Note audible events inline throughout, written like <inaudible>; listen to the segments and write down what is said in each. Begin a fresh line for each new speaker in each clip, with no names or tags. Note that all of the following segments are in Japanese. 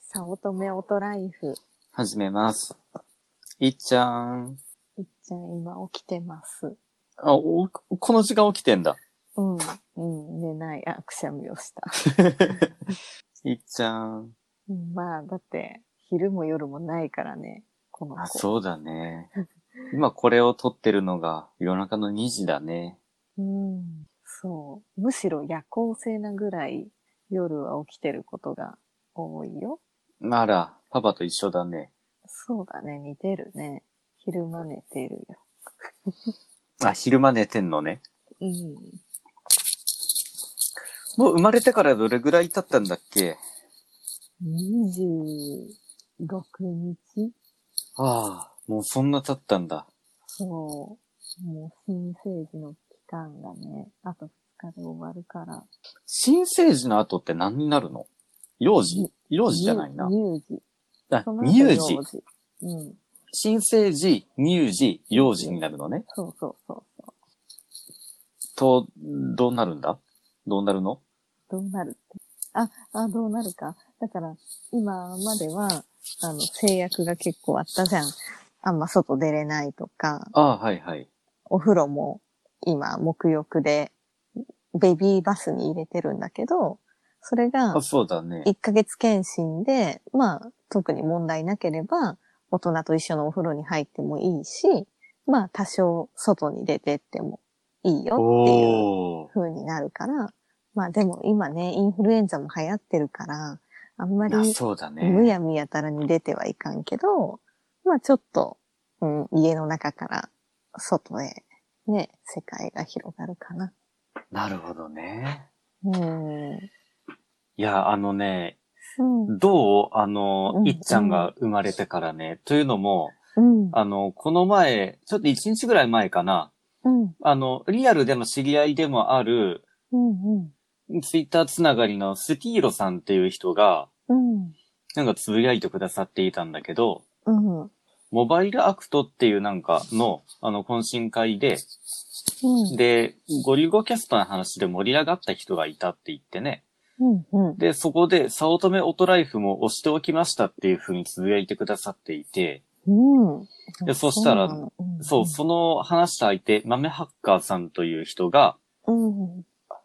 さおとめおとライフ。
始めます。いっちゃーん。
いっちゃん今起きてます。
あ、お、この時間起きてんだ。
うん。うん、寝ない。あ、くしゃみをした。
いっちゃーん。
うんまあ、だって、昼も夜もないからね、この
あ、
子。
そうだ <laughs> ね。今これを撮ってるのが夜中の2時だね。
うん。そう。むしろ夜行性なぐらい夜は起きてることが多いよ。
なら、パパと一緒だね。
そうだね、似てるね。昼間寝てるよ。
あ、昼間寝てんのね。
うん。
もう生まれてからどれぐらい経ったんだっけ
26日
ああ、もうそんな経ったんだ。
そう。もう新生児の期間がね、あと2日で終わるから。
新生児の後って何になるの幼児幼児じゃないな。
乳児。
あ
その後
乳児
幼。児うん。
新生児、乳児、幼児になるのね。
そうそうそうそう。
と、どうなるんだどうなるの
どうなるって。あ、あ、どうなるか。だから、今までは、あの、制約が結構あったじゃん。あんま外出れないとか、
ああ、はいはい。
お風呂も今、沐浴で、ベビーバスに入れてるんだけど、それが
あ、、そうだね。
1ヶ月検診で、まあ、特に問題なければ、大人と一緒のお風呂に入ってもいいし、まあ、多少外に出てってもいいよっていう
おー。
風になるから、まあでも今ね、インフルエンザも流行ってるから、あんまり
あ、そうだね。
むやみやたらに出てはいかんけど、まあちょっと、うん、家の中から外へ、ね、世界が広がるかな。
なるほどね。
うん。うん。
いや、あのね、どうあの、
うん
いっちゃんが生まれてからね。というのも、
うん。
あの、この前、ちょっと1日ぐらい前かな。
うん。
あの、リアルでの知り合いでもある、
うん。うん。
ツイッターつながりのスピーロさんっていう人が、
うん。
なんかつぶやいてくださっていたんだけど、
うん。うん。
モバイルアクトっていうなんかの、あの、懇親会で、で、ゴリゴキャストの話で盛り上がった人がいたって言ってね。
うん。うん。
で、そこで、サオトメオトライフも押しておきましたっていう風につぶやいてくださっていて、
うん。
でそしたら
うなの
そう、その話した相手、豆ハッカーさんという人が、
うん。うん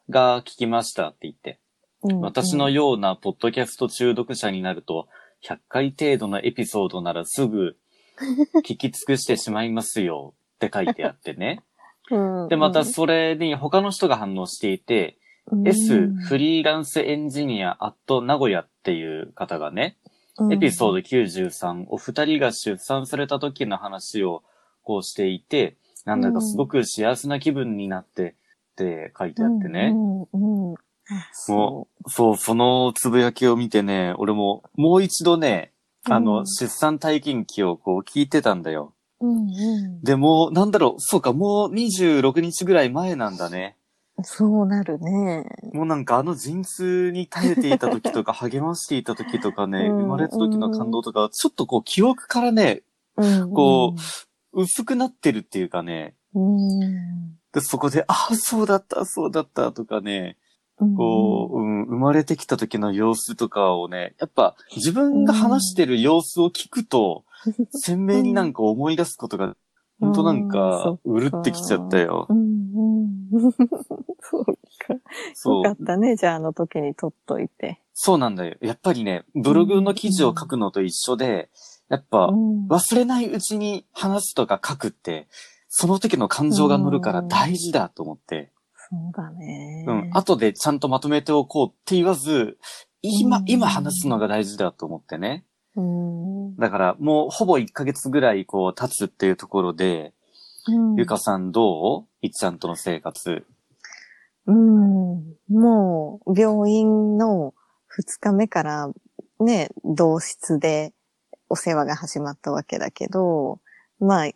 が聞きましたって言って、
うん
私のようなポッドキャスト中毒者になると、100回程度のエピソードならすぐ
<laughs>
聞き尽くしてしまいますよって書いてあってね。で、またそれに他の人が反応していて、S フリーランスエンジニアアット名古屋っていう方がね、エピソード
ド。
93、お二人が出産された時の話をこうしていて、なんだかすごく幸せな気分になってって書いてあってね。
うん。うん。うんあそ
そう、そのつぶやきを見てね、俺ももう一度ね、あの、
うん
出産体験記をこう聞いてたんだよ。
う。うん。うん。
でも、なんだろう、そうか、もう26日ぐらい前なんだね。
そうなるね。
もうなんかあの陣痛に耐えていた時とか励ましていた時とか
<laughs>
ね、
うん
生まれた時の感動とか、ちょっとこう記憶からね、
うん
こ薄くなってるっていうかね、
うん。
で、そこで、ああ、そうだった、そうだったとかね、
うん。
こう、うん、生まれてきた時の様子とかをね、やっぱ自分が話してる様子を聞くと、鮮明になんか思い出すことが、
うん
ほんとなん
そっ
か
か、
うるってきちゃったよ
<laughs> う。ん。うん。そうか。
そ
よ
う
か。ったね。じゃあ、あの時に撮っといて。
そうなんだよ。やっぱりね、ブログの記事を書くのと一緒で、やっぱ、
うん
忘れないうちに話すとか書くって、その時の感情が乗るから大事だと思って、
そうだね。
うん、後でちゃんとまとめておこうって言わず、今
う、ん
今話すのが大事だと思ってね。
うん。
だからもうほぼ1ヶ月ぐらいこう経つっていうところで、
うん
ゆかさんどういっちゃんとの生活。
うん。もう、病院の2日目から、ね、同室でお世話が始まったわけだけど、まあ、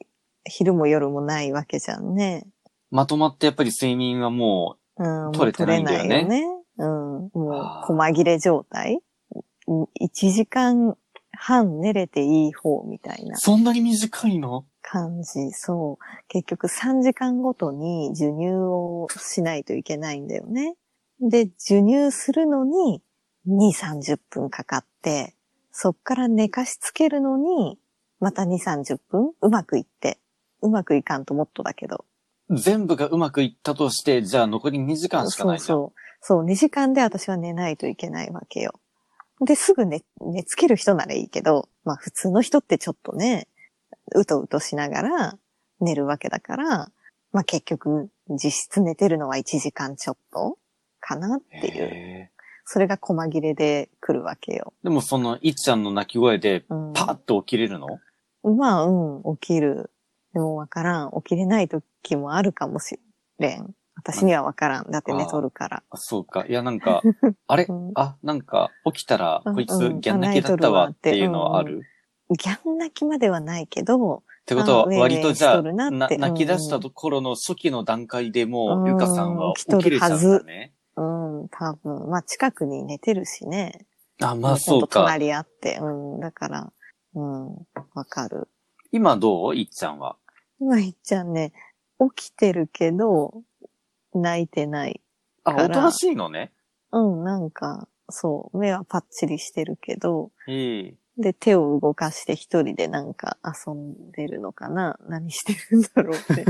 昼も夜もないわけじゃんね。
まとまってやっぱり睡眠はも
うん、もう
取れてないんだよね
取れないよねうん、も
あー、
う、細切れ状態。1時間半寝れていい方みたいうな
そんなに短いの
感じ。そう。結局3時間ごとに授乳をしないといけないんだよね。で、授乳するのに2、30分かかって、そっから寝かしつけるのに、また2、30分うまくいって。うまくいかんともっとだけど。
全部がうまくいったとして、じゃあ残り2時間しか
そ
な
う
いじゃん。
そう。そう、2時間で私は寝ないといけないわけよ。で、すぐ寝、寝つける人ならいいけど、まあ普通の人ってちょっとね、うとうとしながら寝るわけだから、まあ結局実質寝てるのは1時間ちょっとかなっていう。
へ
それが細切れで来るわけよ。
ーでもその、いっちゃんの泣き声で、
うん、
パッと起きれるの、
まあ、うん、起きる。でもわからん。起きれない時もあるかもしれん。私にはわからん。だって寝とるから。
あそうか。いや、な
<laughs>
んか、あれ
うん
あ、なんか、起きたら、
うん
こいつ
うん、
ギャン泣きだったわ
あ泣
っ
いとるわって
ていうのはある、っ
ギャン泣きまではないけど、
てことは、
あウェイウェイ
割とじゃ
しと
あ、
るな
な
ってうん
泣き出したところの初期の段階でも
うん
う、ゆかさんは
起き
起
とる
きれちゃうんだね。
うん、多分。まあ、近くに寝てるしね。
あ、まあ
ほ
そ
ん
う
と
か。
隣り合って。うん、だから、うん、わかる。
今どういっちゃんは。
今いっちゃんね、起きてるけど、泣いてない。
あ、
から
おとなしいのね。
うん、なんか、そう、目はパッチリしてるけど、
ええ
で、手を動かして一人でなんか遊んでるのかな何してるんだろう
<laughs>
って。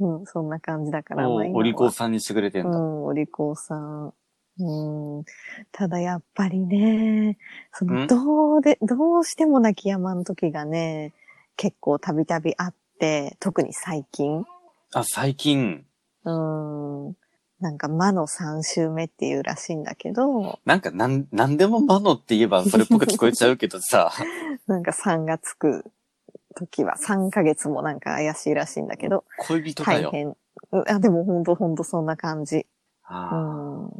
うん、そんな感じだから。
お
まあ今は
お利口さんにしてくれてん
う
だ。
ん、お利口さん。うん、ただやっぱりね、その
ん
どうで、どうしても泣き止まん時がね、結構たびたびあって、特に最近、
あ、最近、
うん、なんか魔の3週目っていうらしいんだけど、
なんか、なん、なんでもマノって言え
<laughs>
ばそれっぽく聞こえちゃうけどさ、
なんか3がつく時は3ヶ月もなんか怪しいらしいんだけど、
恋人か
大
よ。
変。うんあでもほんとほんとそんな感じ。う
あ
ん。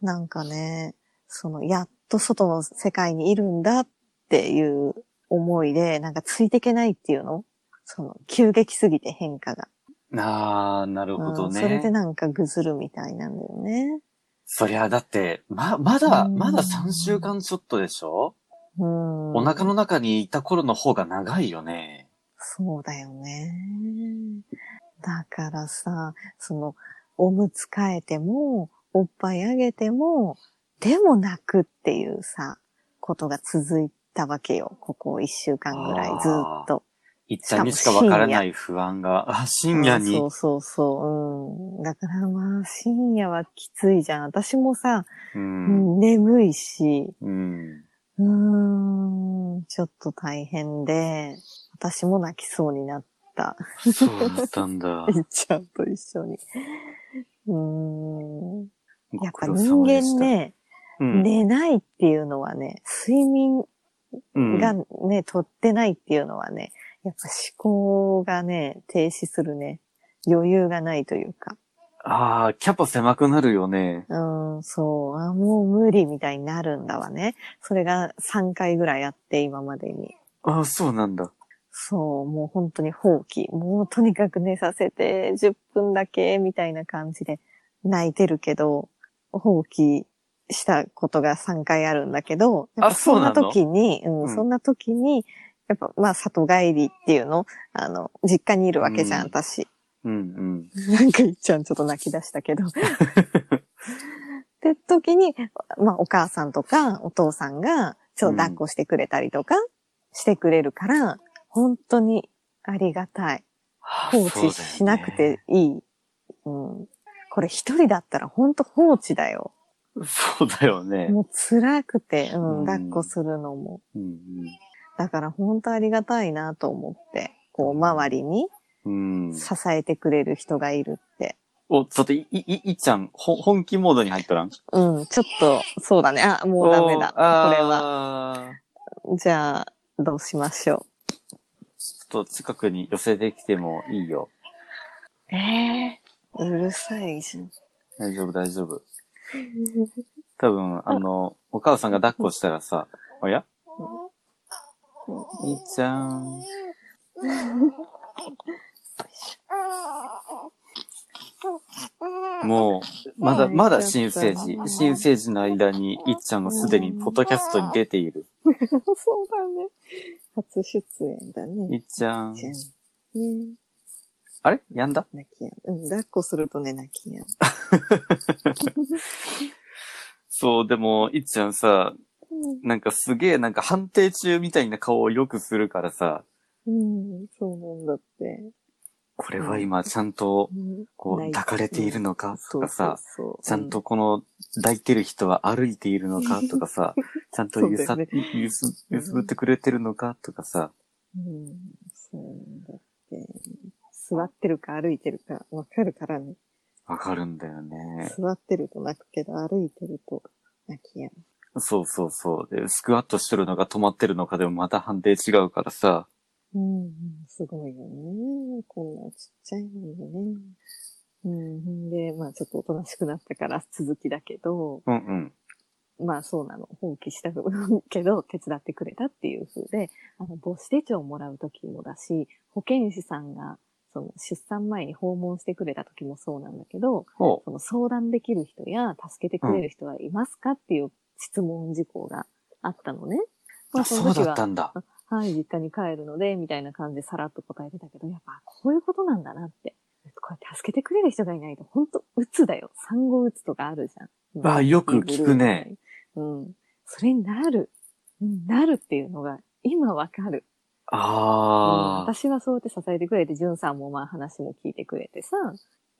なんかね、その、やっと外の世界にいるんだっていう思いで、なんかついていけないっていうのその、急激すぎて変化が。
ーあー、なるほ
う
ど
ん、
ね。
それでなんかぐずるみたいなんだよね。
そりゃ、だって、ま、まだ、
うん
まだ3週間ちょっとでしょ、
うん。
お腹の中にいた頃の方が長いよね。
そうだよね。だからさ、その、おむつ替えても、おっぱいあげても、でも泣くっていうさ、ことが続いたわけよ。ここ一週間ぐらいずっと。
いっちゃんにしかわからない不安が、あ、深夜
うんそ
に
う。そうそう。うん。だからまあ、深夜はきついじゃん。私もさ、
うん。
眠いし、
うん。
うーん、ちょっと大変で、私も泣きそうになった。
そうだったんだ。
いっちゃんと一緒に。うーん。 <laughs> やっぱ
ご苦労
人
様でし
間
た、
ね、
うん、
寝ないっていうのはね、睡眠
うん
がね、取ってないっていうのはね、やっぱ思考がね、停止するね、余裕がないというか、
ああ、キャパ狭くなるよね。
うーん、そう、あ、もう無理みたいになるんだわね。それが3回ぐらいあって、今までに。
ああ、そうなんだ。
そう、もう本当に放棄。もうとにかく寝させて、10分だけ、みたいな感じで泣いてるけど、放棄したことが3回あるんだけど、やっぱ
あそ
そ
うんな
な
の
時に、うん、
うん
そんな時に、やっぱまあ里帰りっていうの、あの、実家にいるわけじゃん、
うん
私。
うん、
<laughs> なんかいっちゃんちょっと泣き出した <laughs> けど。って時に、まあお母さんとかお父さんが、ちょっと抱っこしてくれたりとかしてくれるから、本当にありがたい。
あー
放置しなくて。いい。うん、これ一人だったら本当放置だよ。
そうだよね。そうだよね
もう辛くて、うん
うん
抱っこするのも。
うん
だから本当ありがたいなと思って、こう周りに
うん。うん。
支えてくれる人がいるって。
お、ちょっと、い、い、いいっちゃん、ほ、本気モードに入っとらん
うん、ちょっと、そうだね。あ、もうダメだ。これは。
は。
じゃあ、どうしましょ
ちょっと近くに寄せてきてもいいよ。
う。ええうるさいじゃ <laughs> ん。
大丈夫、大丈夫。多分、あの、お母さんが抱っこしたらさ、おやいっちゃん。もう、まだ、まだ新生児。新生児の間に、いっちゃんがすでにポッドキャストに出ている。
そうだね。初出演だ
い
ね。
っちゃん。
じゃん。ね
あれやんだ
泣きやむ。うん、抱っこするとね、泣きやむ。
そう、でも、いっちゃんさ、
うん
なんかすげえなんか判定中みたいな顔をよくするからさ、
うん、そうなんだって。
これは今ちゃんと
うん
こ
な
う
い
抱かれているのかとかさ、
そうそうそう
ちゃんとこの抱いてる人は歩いているのかとかさ、ちゃんと揺さ、
そう
揺す揺すぶってくれてるのかとかさ、
うん、そうなんだって。座ってるか歩いてるかわかるからね。
わかるんだよね。
座ってると泣くけど、歩いてると泣きやむ。
そうそうそう。で、スクワットしてるのか止まってるのかでもまた判定違うからさ、
うん、うんすごいよね。こんなちっちゃいのにね。うん、で、まあちょっとおとなしくなったから続きだけど、
うんうん。
まあそうなの。放棄した部分けど、手伝ってくれたっていう風で、あの、母子手帳をもらう時もだし、保健師さんが、その出産前に訪問してくれた時もそうなんだけど、
ほ
その相談できる人や助けてくれる人はいますかっていう質問事項があったのね。
う。あ、
の
そう
時
だ
は
ったんだ。
はい、実家に帰るので、みたいな感じでさらっと答えてたけど、やっぱこういうことなんだなって。こうやって助けてくれる人がいないと、ほんと、鬱だよ。産後鬱とかあるじゃん。
あよく聞くね。
うん。それになる。うんなるっていうのが、今わかる。うん
ああ。
私はそうやって支えてくれて、じゅんさんもまあ話も聞いてくれてさ、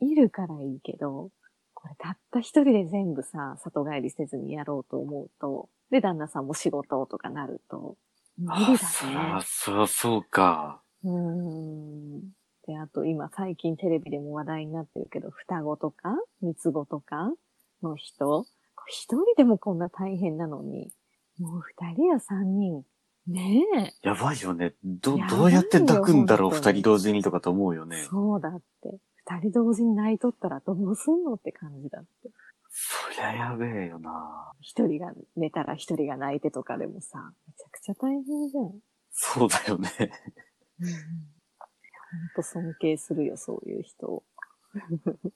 いるからいいけど、これたった一人で全部さ、里帰りせずにやろうと思うと、で、旦那さんも仕事とかなると、無
あ
理
そ
だ
ら、
ね。
そらそうか。
うーん。で、あと今最近テレビでも話題になってるけど、双子とか、三つ子とかの人、こう一人でもこんな大変なのに、もう二人や三人、ねえ。
やばいよね。ど
やばい、よ
どうやって抱くんだろう
本当
二
に
人同時にとかと思うよね。
そうだって。二人同時に泣いとったらどうすんのって感じだって。
そりゃやべえよな。
一人が寝たら一人が泣いてとかでもさ、めちゃくちゃ大変じゃん。ほん
そうだよね。
と尊敬するよ、そういう人を。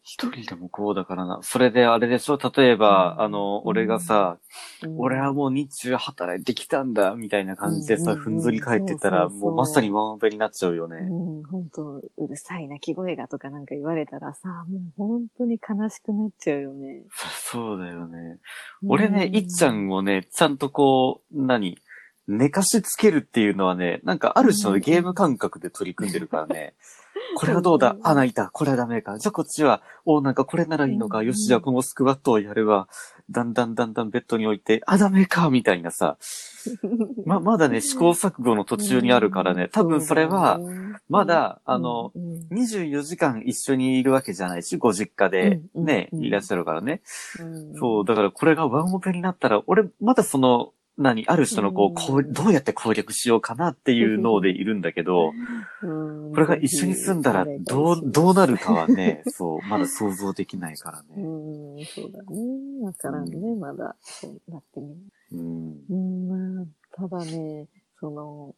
一人でもこうだからな。それであれでしょ例えば、
うん
あの、俺がさ、
うん
俺はもう日中働いてきたんだ、みたいな感じでさ、
うんうん
ふんぞり返ってた
そ
ら、
うそうそ
も
う
うまさにワンオペになっちゃうよね。
うん、本当うるさい泣き声がとかなんか言われたらさ、もう本当に悲しくなっちゃうよね。
そそうだよね。俺ね、
うん
いっちゃんをね、ちゃんとこう、何寝かしつけるっていうのはね、なんかある種のゲーム感覚で取り組んでるから
<laughs>
ね。これはどうだ
うん
あ、泣いた。これはダメか。じゃあこっちは、お、なんかこれならいいのか。
うん
よし、じゃあこのスクワットをやるわ。だんだんだんだんベッドに置いて、あ、ダメか、みたいなさ。ま、まだね、試行錯誤の途中にあるからね。多分それは、まだ、あの、、
うんうん
24時間一緒にいるわけじゃないし、ご実家で
うん
ね、
うん
いらっしゃるからね。
うん
そう、だからこれがワンオペになったら、俺、まだその、何、ある人の
う
こ
ん
う、こう、どうやって攻略しようかなっていう脳でいるんだけど、
うん
これが一緒に住んだら、どう、どうなるかはね、そう、まだ想像できないから
う
ね。
ーん、そうだね。わからんね、まだ。そうなってみる。
うん。
うーん、まあ、ただね、その、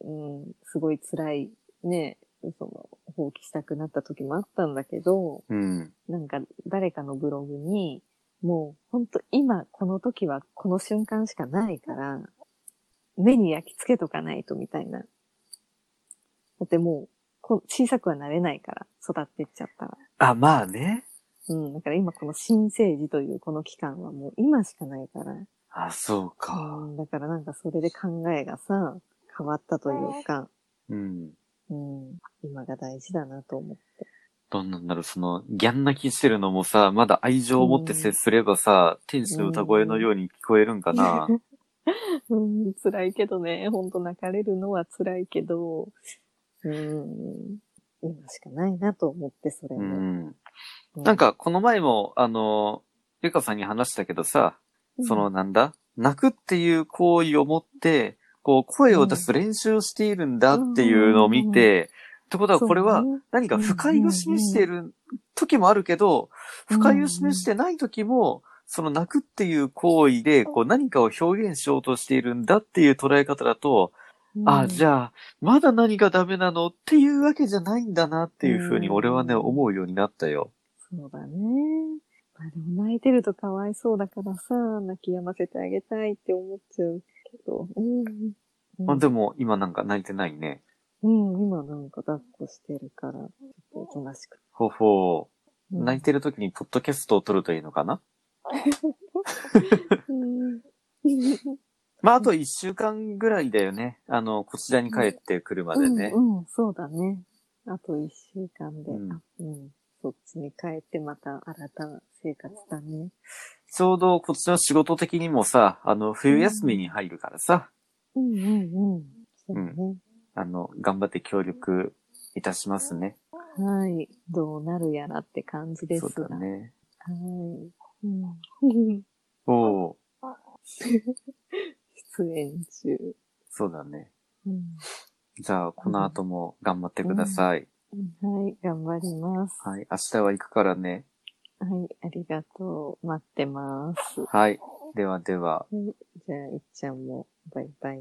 うん、すごい辛い、ね、その、放棄したくなった時もあったんだけど、
うん。
なんか誰かのブログに、もうほんと今この時はこの瞬間しかないから、目に焼き付けとかないとみたいな。だってもう、こ小さくはなれないから、育ってっちゃったら。
あ、まあね。
うん、だから今この新生児というこの期間はもう今しかないから。
あ、そう
う
か。
ん、だからなんかそれで考えがさ、変わったというか、
うん。
うん、今が大事だなと思って。
どんなんだろう、その、ギャン泣きしてるのもさ、まだ愛情を持って接すればさ、天使の歌声のように聞こえるんかな。
うん、辛いけどね、ほんと泣かれるのは辛いけど、うん、今しかないなと思って、それ
う
も。
ん。なん、か、この前も、あの、ゆかさんに話したけどさ、その、、なんだ泣くっていう行為を持って、こう、声を出す練習をしているんだっていうのを見て、ってことは、これは、何か不快を示している時もあるけど、
うん
不快を示してない時も、その泣くっていう行為で、こう、何かを表現しようとしているんだっていう捉え方だと、あ、じ
ゃっ
ゃあ、まだ何がダメなのっていうわけじゃないんだなっていうふうに、俺はね、
うん
思うようになったよ。
そうだね。まあでも泣いてるとかわいそうだからさ、泣き止ませてあげたいって思っちゃうけど。うん。うん、
まあでも、今なんか泣いてないね。
うん、今なんか抱っこしてるから、ちょっとおとなしく。
ほほう。
うん
泣いてる時にポッドキャストを撮るといいのかな
うん
まあ、あと一週間ぐらいだよね。あの、こちらに帰ってくるまでね。
うん、うん、そうだね。あと一週間で、
うん
あうん、そっちに帰ってまた新たな生活だね。
ちょうどこっちの仕事的にもさ、あの、冬休みに入るからさ、
うんうんうん。そうだね。
あの、頑張って協力いたしますね。
はい。どうなるやらって感じです
そ
が。
うだね。
はい。うん、 <laughs>
おー
出演中。
そうだね。
うん
じゃあ、この後も頑張ってください。
はい、頑張ります。は
はい。明日は行くからね。
い、ありがとう。待ってます。
はい。ではでは。
じゃあ、いっちゃんも、バイバイ。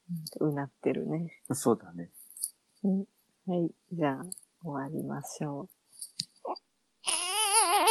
うんうなってるね。
そうだね。
うんはい、じゃあ、終わりましょう。